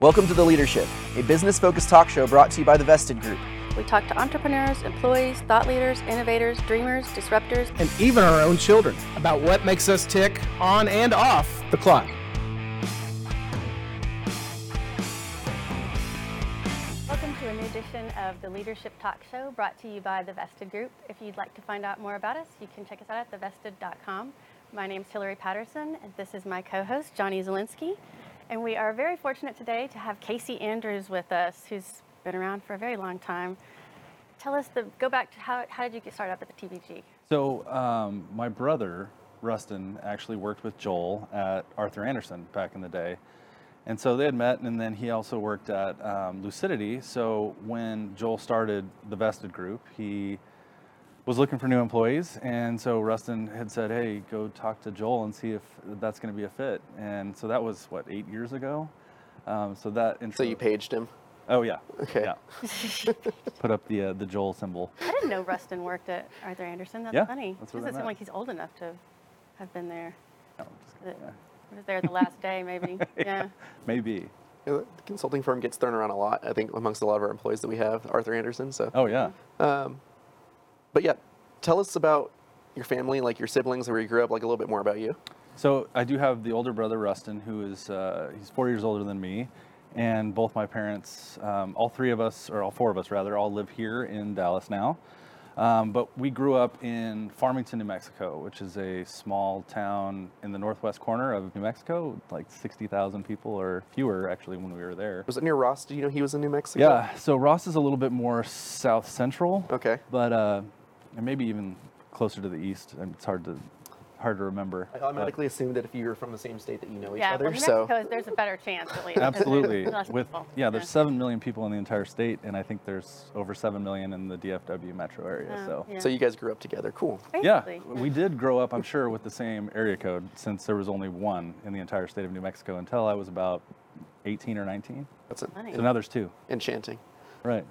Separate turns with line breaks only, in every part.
Welcome to The Leadership, a business focused talk show brought to you by the Vested Group.
We talk to entrepreneurs, employees, thought leaders, innovators, dreamers, disruptors,
and even our own children about what makes us tick on and off the clock.
Welcome to a new edition of the Leadership Talk Show brought to you by the Vested Group. If you'd like to find out more about us, you can check us out at thevested.com. My name is Hillary Patterson, and this is my co host, Johnny Zielinski. And we are very fortunate today to have Casey Andrews with us, who's been around for a very long time. Tell us the go back to how, how did you get started up at the TBG?
So, um, my brother, Rustin, actually worked with Joel at Arthur Anderson back in the day. And so they had met, and then he also worked at um, Lucidity. So when Joel started the Vested Group, he was looking for new employees. And so Rustin had said, Hey, go talk to Joel and see if that's going to be a fit. And so that was, what, eight years ago? Um, so that.
So you paged him?
Oh, yeah.
Okay.
Yeah. Put up the, uh, the Joel symbol.
I didn't know Rustin worked at Arthur Anderson. That's
Yeah,
funny.
that's where
Doesn't
they
seem
met.
like he's old enough to have been there.
No, I'm just
The-
kidding.
Was there the last day, maybe? Yeah.
Maybe.
You know, the consulting firm gets thrown around a lot, I think, amongst a lot of our employees that we have, Arthur Anderson. So,
Oh, yeah.
um, but yeah, tell us about your family, like your siblings, where you grew up, like a little bit more about you.
So I do have the older brother Rustin, who is uh, he's four years older than me, and both my parents, um, all three of us, or all four of us rather, all live here in Dallas now. Um, but we grew up in Farmington, New Mexico, which is a small town in the northwest corner of New Mexico, like 60,000 people or fewer actually when we were there.
Was it near Ross? Did you know he was in New Mexico?
Yeah, so Ross is a little bit more south central.
Okay.
But uh, and maybe even closer to the east. and It's hard to hard to remember.
I
but-
automatically assumed that if you were from the same state that you know each
yeah.
other.
well, New
so,
Mexico, is- there's a better chance, at least. 'cause there's
Absolutely.
less
With
people.
yeah, there's seven million people in the entire state, and I think there's over seven million in the DFW metro area.
Yeah,
so
yeah.
so you guys grew up together. Cool.
yeah,
Basically,
we did grow up, I'm sure, with the same area code since there was only one in the entire state of New Mexico until I was about 18 or 19.
That's en-
Funny.
So now there's two.
enchanting.
Right.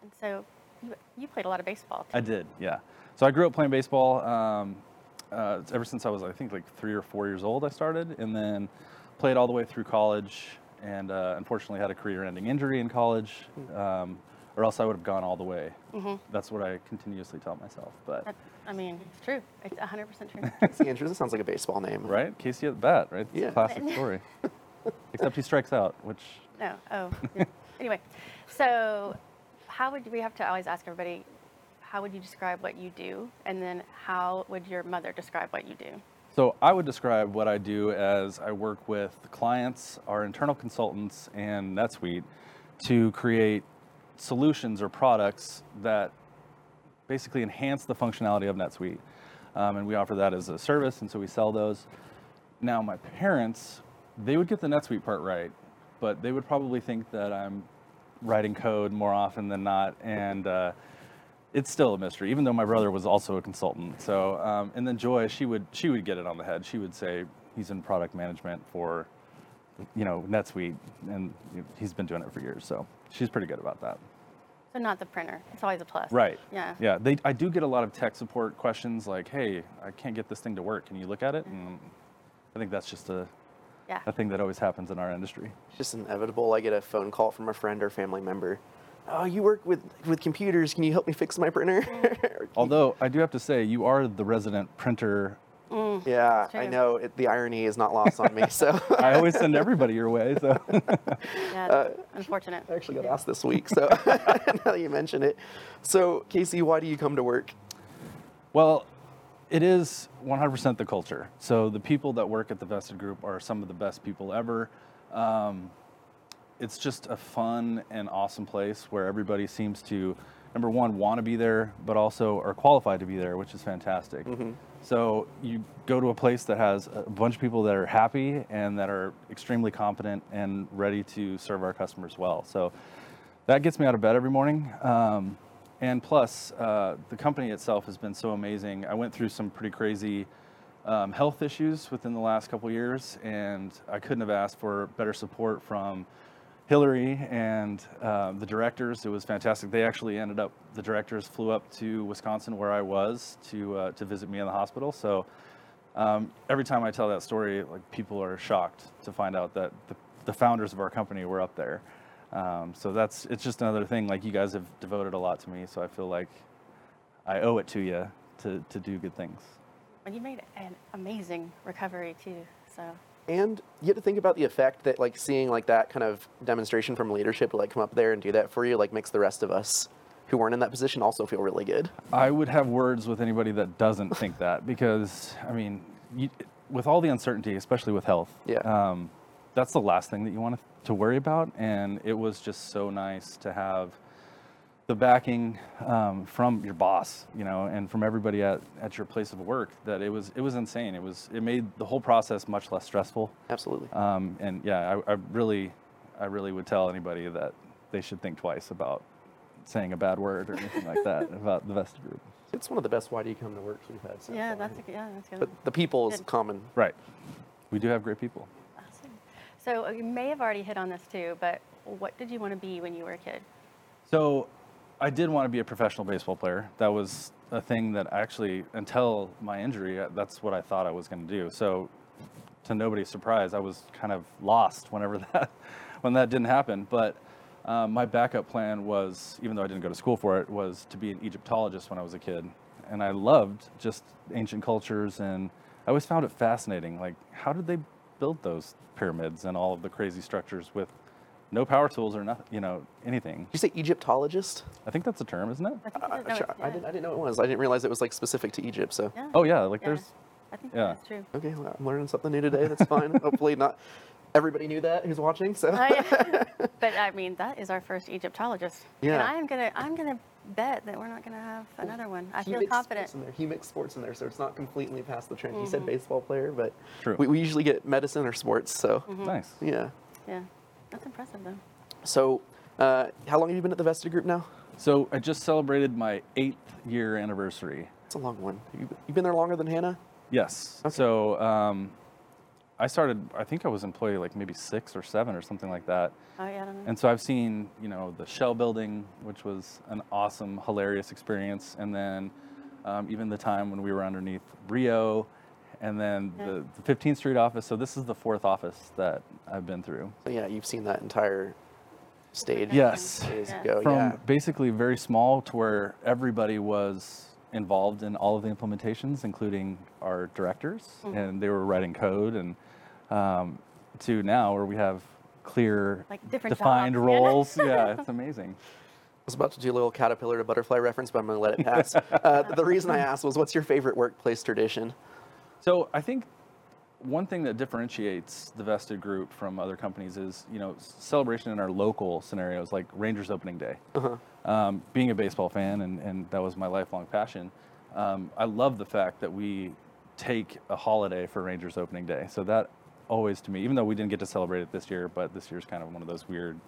And so you, you played a lot of baseball.
I did, yeah. So I grew up playing baseball. Um, uh, it's ever since I was, I think, like three or four years old, I started, and then played all the way through college. And uh, unfortunately, had a career-ending injury in college, um, or else I would have gone all the way. That's what I continuously tell myself. But
That, I mean, it's true. It's 100% true.
Casey Andrews, that sounds like a baseball name.
right, Casey at the bat, right? It's
Yeah.
a classic story. Except he strikes out, which
no. Oh. yeah. Anyway, so how would we have to always ask everybody? How would you describe what you do? And then how would your mother describe what you do?
So I would describe what I do as I work with clients, our internal consultants, and NetSuite to create solutions or products that basically enhance the functionality of NetSuite. Um, and we offer that as a service, and so we sell those. Now, my parents, they would get the NetSuite part right, but they would probably think that I'm writing code more often than not. And uh, it's still a mystery, even though my brother was also a consultant. So, um, and then Joy, she would she would get it on the head. She would say he's in product management for, you know, NetSuite, and he's been doing it for years. So she's pretty good about that.
So not the printer. It's always a plus.
Right.
Yeah.
Yeah. They, I do get a lot of tech support questions like, "Hey, I can't get this thing to work. Can you look at it?" And I think that's just a,
Yeah.
a thing that always happens in our industry.
It's just inevitable. I get a phone call from a friend or family member. Oh, you work with, with computers. Can you help me fix my printer?
Although I do have to say, you are the resident printer.
yeah,
That's
I
true.
know. It, the irony is not lost on me. So
I always send everybody your way. So
Yeah. unfortunate.
Uh, I actually got asked this week. So now that you mention it. So, Casey, why do you come to work?
Well, it is 100% the culture. So the people that work at the Vested Group are some of the best people ever. Um, it's just a fun and awesome place where everybody seems to, number one, want to be there, but also are qualified to be there, which is fantastic. So you go to a place that has a bunch of people that are happy and that are extremely competent and ready to serve our customers well. So that gets me out of bed every morning. Um, and plus, uh, the company itself has been so amazing. I went through some pretty crazy um, health issues within the last couple years, and I couldn't have asked for better support from Hillary and um, the directors. It was fantastic. They actually ended up, the directors flew up to Wisconsin where I was to, uh, to visit me in the hospital. So um, every time I tell that story, like people are shocked to find out that the, the founders of our company were up there. Um, so that's it's just another thing. Like you guys have devoted a lot to me, so I feel like I owe it to you to to do good things.
And you made an amazing recovery too. So
And you have to think about the effect that like seeing like that kind of demonstration from leadership to like come up there and do that for you like makes the rest of us who weren't in that position also feel really good.
I would have words with anybody that doesn't think that because I mean, you, with all the uncertainty, especially with health,
Yeah.
um, that's the last thing that you want to, to worry about. And it was just so nice to have the backing um, from your boss, you know, and from everybody at, at your place of work. That it was it was insane. It was it made the whole process much less stressful.
Absolutely.
Um, and yeah, I, I really I really would tell anybody that they should think twice about saying a bad word or anything like that about the Vesta Group.
It's one of the best why do you come to work we've had. So
yeah,
far.
that's a, good- yeah, that's good.
But the people is
Good.
common.
Right. We do have great people.
Awesome. So uh, you may have already hit on this too, but what did you want to be when you were a kid?
So I did want to be a professional baseball player. That was a thing that actually, until my injury, uh, that's what I thought I was going to do. So to nobody's surprise, I was kind of lost whenever that, when that didn't happen. But um, my backup plan was, even though I didn't go to school for it, was to be an Egyptologist when I was a kid. And I loved just ancient cultures, and I always found it fascinating. Like, how did they build those pyramids and all of the crazy structures with no power tools or nothing, you know, anything?
Did you say Egyptologist?
I think that's a term, isn't it?
I think
I-
it is-
I,
no,
Uh, sure-
it's-
I
yeah.
didn't, I didn't know what it was. I didn't realize it was like specific to Egypt. So,
Yeah.
Oh yeah, like there's
I think
yeah.
that's true.
okay, well, I'm learning something new today. That's fine. Hopefully, not everybody knew that who's watching. So,
Oh, yeah. but I mean, that is our first Egyptologist. And
Yeah.
I am gonna, I'm gonna bet that we're not gonna have another one. I
He
feel
mixed sports
confident.
In there. He mixed sports in there, so it's not completely past the trend. He said baseball player, but
True.
We, we usually get medicine or sports. So,
nice.
yeah.
Yeah, that's impressive though.
So, uh, how long have you been at the Vesta Group now?
So I just celebrated my eighth year anniversary.
It's a long one. You've you been there longer than Hannah?
Yes. So um, I started. I think I was employee like maybe six or seven or something like that.
Oh yeah, I don't know.
And so I've seen you know the shell building, which was an awesome, hilarious experience, and then um, even the time when we were underneath Rio, and then
Yeah.
the, the 15th Street office. So this is the fourth office that I've been through.
So, yeah, you've seen that entire stage.
Yes.
Days
Yeah.
ago,
from
Oh, yeah.
basically very small to where everybody was involved in all of the implementations, including our directors,
Mm-hmm.
and they were writing code, and um, to now where we have clear,
Like different
defined
jobs, yeah.
roles. yeah, it's amazing.
I was about to do a little caterpillar to butterfly reference, but I'm going to let it pass. uh, the reason I asked was, what's your favorite workplace tradition?
So I think one thing that differentiates the Vested Group from other companies is, you know, s- celebration in our local scenarios, like Rangers opening day. Um, being a baseball fan, and, and that was my lifelong passion, um, I love the fact that we take a holiday for Rangers opening day. So that always to me, even though we didn't get to celebrate it this year, but this year's kind of one of those weird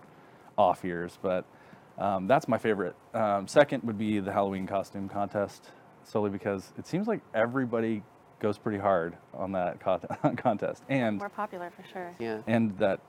off years. But um, that's my favorite. Um, second would be the Halloween costume contest, solely because it seems like everybody goes pretty hard on that con- contest, and
More popular for sure.
Yeah.
and that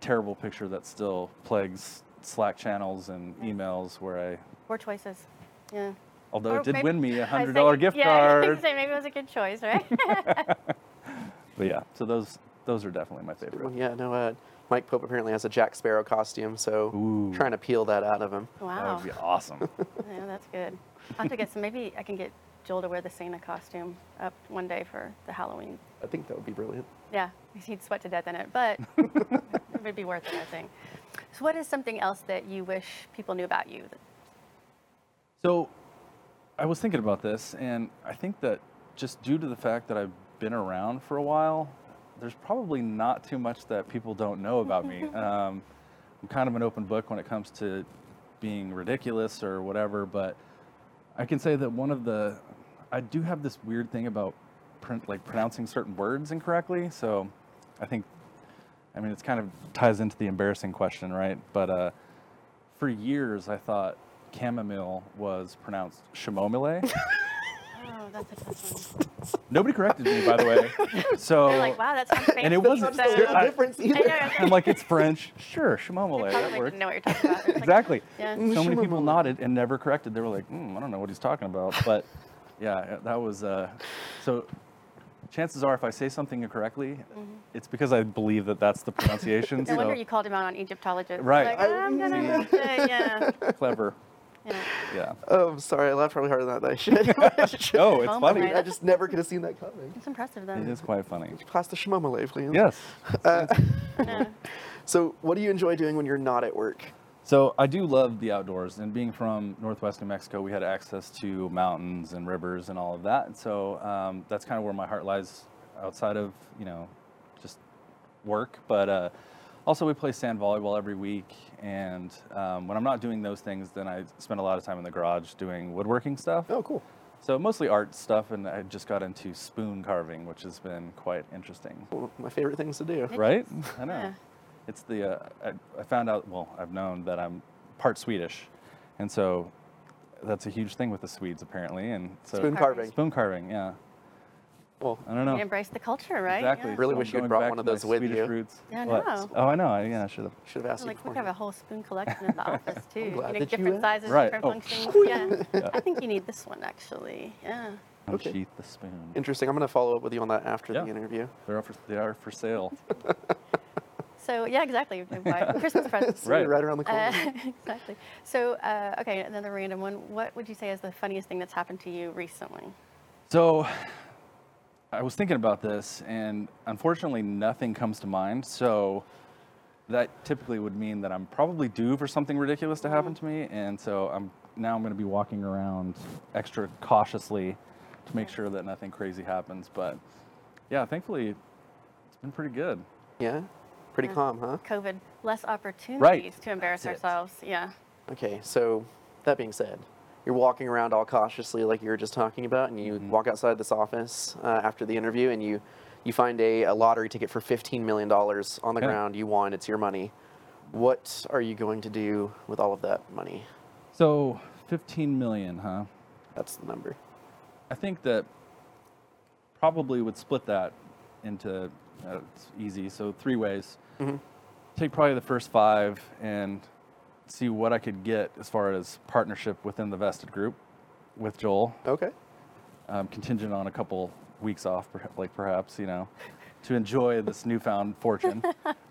terrible picture that still plagues Slack channels and emails where I,
More choices. Yeah.
although
Or
it did
Oh, maybe-
win me a
I was
hundred dollar
thinking-
gift
yeah, I
card.
was gonna say maybe it was a good choice, right?
But yeah, so those those are definitely my favorite.
Well, yeah, no, uh, Mike Pope apparently has a Jack Sparrow costume, so
Ooh.
trying to peel that out of him.
That
wow.
would be awesome.
Yeah, that's good. I have to get some. Maybe I can get Joel to wear the Santa costume up one day for the Halloween.
I think that would be brilliant.
Yeah, 'cause he'd sweat to death in it, but it would be worth it, I think. So, what is something else that you wish people knew about you?
So I was thinking about this, and I think that just due to the fact that I've been around for a while, there's probably not too much that people don't know about me. um, I'm kind of an open book when it comes to being ridiculous or whatever, but I can say that one of the I do have this weird thing about print, like pronouncing certain words incorrectly. So I think I mean it's kind of ties into the embarrassing question, right? But uh, for years I thought chamomile was pronounced chamomile.
Oh, that's a tough one.
Nobody corrected me, by the way. So
They're like, wow, that sounds fancy.
it wasn't-
That's not a
So-
little
I-
difference
I
either.
know, that's
I'm like it's French. Sure,
They
chamomile. That
probably
works.
didn't know what you're talking about. It's like,
exactly.
Yeah.
So many people
Chamomile.
nodded and never corrected. "Hmm, They were like, mm, I don't know what he's talking about. But yeah, that was uh, so chances are if I say something incorrectly, it's because I believe that that's the pronunciation.
Mm-hmm. No wonder
so
you called him out on Egyptologists.
Right.
Like,
I-
I'm gonna have to, yeah.
clever.
yeah.
Yeah.
Oh, I'm sorry. I laughed probably harder than I should. I should.
Oh, it's
Oh,
funny.
right.
I just never could have seen that coming.
It's impressive though.
It is quite funny.
Pass the shmomale, please.
Yes.
Yeah.
So, what do you enjoy doing when you're not at work?
So I do love the outdoors, and being from Northwest New Mexico, we had access to mountains and rivers and all of that. And so um, that's kind of where my heart lies, outside of you know, just work. But uh, also we play sand volleyball every week, and um, when I'm not doing those things, then I spend a lot of time in the garage doing woodworking stuff.
Oh, cool.
So mostly art stuff, and I just got into spoon carving, which has been quite interesting.
One of my favorite things to do.
Right? I know.
Yeah.
It's the, uh, I, I found out, well, I've known that I'm part Swedish. And so that's a huge thing with the Swedes, apparently. And so
Spoon carving.
Spoon carving, yeah.
Well,
I don't know.
You embrace the culture, right?
Exactly.
Yeah.
Really
I'm
wish you'd
going
brought
back
one of
to my
those with
Swedish
you.
Roots.
Yeah, I
What?
know.
Oh, I know. I, yeah, I should have.
should have asked
Like
you.
we
before.
have a whole spoon collection in the office too. You
glad
know,
that you
different
asked.
sizes,
Right.
different
Oh.
functions. Yeah. I think you need this one actually. Yeah.
Okay.
Unsheath the spoon.
Interesting. I'm going to follow up with you on that after
Yeah.
the interview.
They're up for, they are for sale.
So yeah, exactly. Why- Christmas presents.
So you're
Right.
Right around the corner.
Uh, exactly. So uh, okay, another random one. What would you say is the funniest thing that's happened to you recently?
So I was thinking about this, and unfortunately, nothing comes to mind. So that typically would mean that I'm probably due for something ridiculous to happen to me, and so I'm now I'm going to be walking around extra cautiously to make sure that nothing crazy happens. But yeah, thankfully, it's been pretty good.
yeah. Pretty
Yeah.
calm, huh?
COVID, less opportunities to embarrass
That's it.
ourselves. Yeah.
Okay. So, that being said, you're walking around all cautiously, like you were just talking about, and you
Mm-hmm.
walk outside this office uh, after the interview, and you you find a, a lottery ticket for 15 million dollars on the
Yeah.
ground. You won. It's your money. What are you going to do with all of that money?
So 15 million, huh?
That's the number.
I think that probably would split that into uh, it's easy, so three ways. Take probably the first five and see what I could get as far as partnership within the vested group with Joel,
Okay.
um, contingent on a couple weeks off, perha- like perhaps you know, to enjoy this newfound fortune.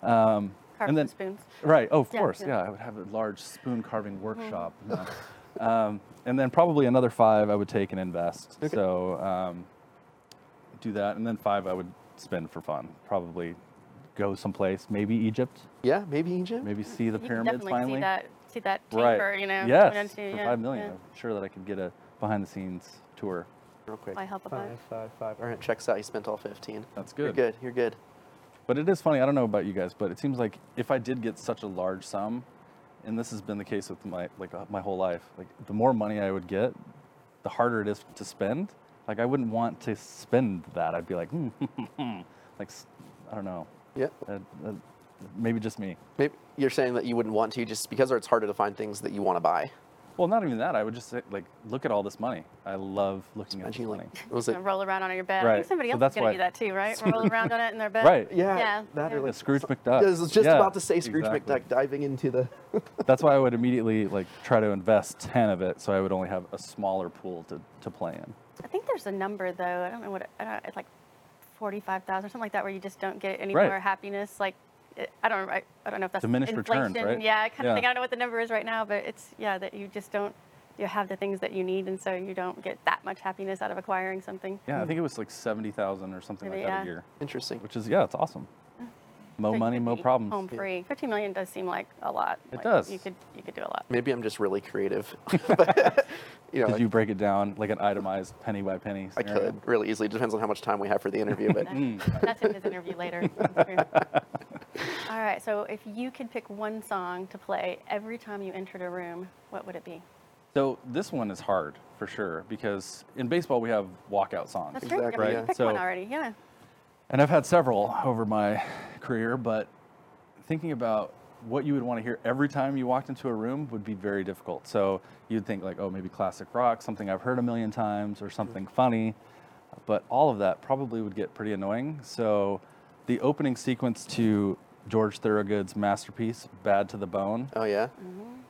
Um,
Carving spoons.
Right. Oh, of
Yeah,
course.
yeah. Mm-hmm.
Yeah. I would have a large spoon carving workshop. you know. um, and then probably another five I would take and invest.
Okay.
So um, do that, and then five I would spend for fun. Probably go someplace, maybe Egypt,
Yeah. Maybe Egypt.
maybe see the
You can
pyramids
definitely
finally.
see that see that
right.
taper, you know.
Yes.
coming into-
for
yeah,
five million,
yeah.
I'm sure that I could get a behind-the-scenes tour.
Real quick.
I help a bunch.
Five, five, five. All right, checks out. You spent all 15.
That's
You're
good.
good. You're good.
But it is funny. I don't know about you guys, but it seems like if I did get such a large sum, and this has been the case with my like uh, my whole life, like the more money I would get, the harder it is to spend. Like I wouldn't want to spend that. I'd be like, hmm, hmm, hmm," like s- I don't know.
Yeah.
Uh, uh, maybe just me.
Maybe you're saying that you wouldn't want to just because it's harder to find things that you want to buy.
Well, not even that. I would just say, like look at all this money. I love looking at this
Imagine you
money.
like, was it?
Gonna roll around on your bed. I
Right.
think somebody
So
else is
that's
gonna
why-
do that too, right? roll around on it in their bed.
Right.
Yeah.
Yeah,
That
yeah.
or
The
like
Scrooge
some-
McDuck.
I was just
Yeah,
about to say Scrooge
exactly.
McDuck diving into the.
That's why I would immediately like try to invest ten of it, so I would only have a smaller pool to, to play in.
I think there's a number though. I don't know what it- I don't, it's like, forty-five thousand or something like that, where you just don't get any
Right.
more happiness. Like, it- I don't, I, I don't know if that's
Diminished
inflation.
returns, right?
Yeah, I kind
Yeah.
of think I don't know what the number is right now, but it's yeah that you just don't. You have the things that you need, and so you don't get that much happiness out of acquiring something.
Hmm.
Yeah, I think it was like seventy thousand or something
Maybe,
like that
Hmm. yeah.
a year,
Interesting.
which is yeah, it's awesome. Mo
So you
money,
could
mo
be
problems.
Home free. Fifteen million does seem like a lot.
It
Like,
does.
You could you could do a lot.
Maybe I'm just really creative. But, you know,
Did
I,
you break it down like an itemized penny by penny?
I
scenario?
could really easily. Depends on how much time we have for the interview. But
mm.
That's in his interview later. That's true. All right. So if you could pick one song to play every time you entered a room, what would it be?
So this one is hard for sure because in baseball we have walkout songs,
That's
Exactly,
true. I mean,
yeah.
You picked
So-
one already. Yeah.
and I've had several over my career. But thinking about what you would want to hear every time you walked into a room would be very difficult. So you'd think like, oh, maybe classic rock, something I've heard a million times, or something funny. But all of that probably would get pretty annoying. So the opening sequence to George Thorogood's masterpiece, "Bad to the Bone,"
oh yeah.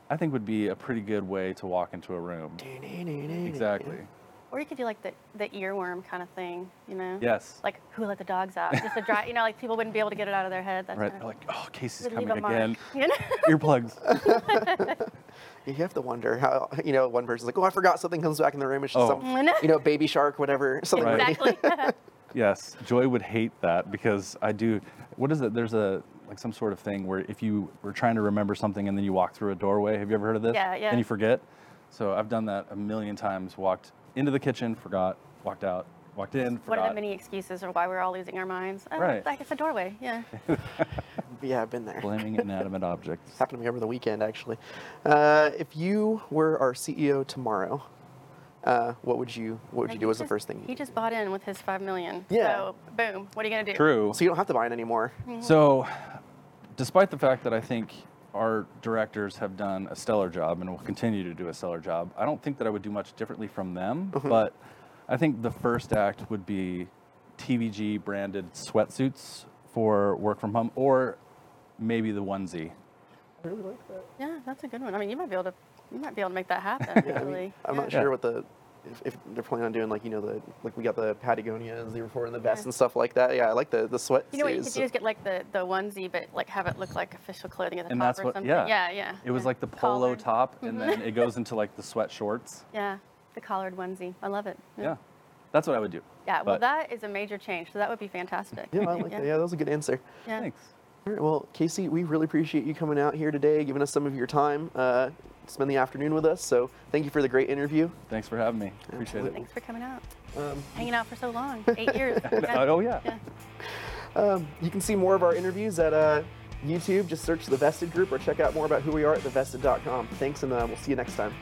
I think would be a pretty good way to walk into a room. Exactly.
Or you could do like the, the earworm kind of thing, you know?
Yes.
Like who let the dogs out? Just a dry, you know, like people wouldn't be able to get it out of their head. That's
Right? They're like, oh, Casey's
would leave
coming
a mark.
again.
You know?
Earplugs.
You have to wonder how you know one person's like, oh, I forgot something comes back in the room. It's just
Oh.
some, you know, baby shark, whatever. Something
Right.
really-
exactly.
Yes, Joy would hate that because I do. What is it? There's a like some sort of thing where if you were trying to remember something and then you walk through a doorway. Have you ever heard of this?
Yeah, yeah.
And you forget. So I've done that a million times. Walked into the kitchen, forgot. Walked out. Walked in, forgot.
One of the many excuses or why we're all losing our minds. Oh,
Right.
It's like it's a doorway. Yeah.
Yeah, I've been there.
Blaming inanimate objects.
Happened to me over the weekend, actually. Uh, if you were our CEO tomorrow, uh, what would you what would you
Like,
do
he
as the
just-
first thing?
He
You do?
just bought in with his five million.
Yeah.
So boom. What are you gonna do?
True.
So you don't have to buy it anymore.
So, despite the fact that I think our directors have done a stellar job and will continue to do a stellar job, I don't think that I would do much differently from them. But I think the first act would be TVG branded sweatsuits for work from home, or maybe the onesie.
Yeah, that's a good one. I mean, you might be able to. You might be able to make that happen.
Yeah, I
really.
mean, I'm not
Yeah.
sure what the if, if they're planning on doing like you know the like we got the Patagonia and the report and the vest and stuff like that. Yeah, I like the the sweat.
You know what you could do is get like the, the onesie, but like have it look like official clothing at the
And
top
that's
or
what-
something.
yeah.
yeah, yeah.
It
yeah.
was
Mm-hmm.
like the polo
Collared.
top, and then it goes into like the sweat shorts.
Yeah, the collared onesie. I love it.
Yeah, that's what I would do.
Yeah, well,
But-
that is a major change, so that would be fantastic.
Yeah, I like that. Yeah, that was a good answer.
yeah.
Thanks.
All right, well, Casey, we really appreciate you coming out here today, giving us some of your time, uh, spend the afternoon with us. So thank you for the great interview.
Thanks for having me. Appreciate
Absolutely.
Thanks for coming out.
Um,
Hanging out for so long. Eight years.
it. Oh yeah.
Yeah.
Um, you can see more of our interviews at uh, YouTube. Just search The Vested Group or check out more about who we are at thevested.com. Thanks, and uh, we'll see you next time.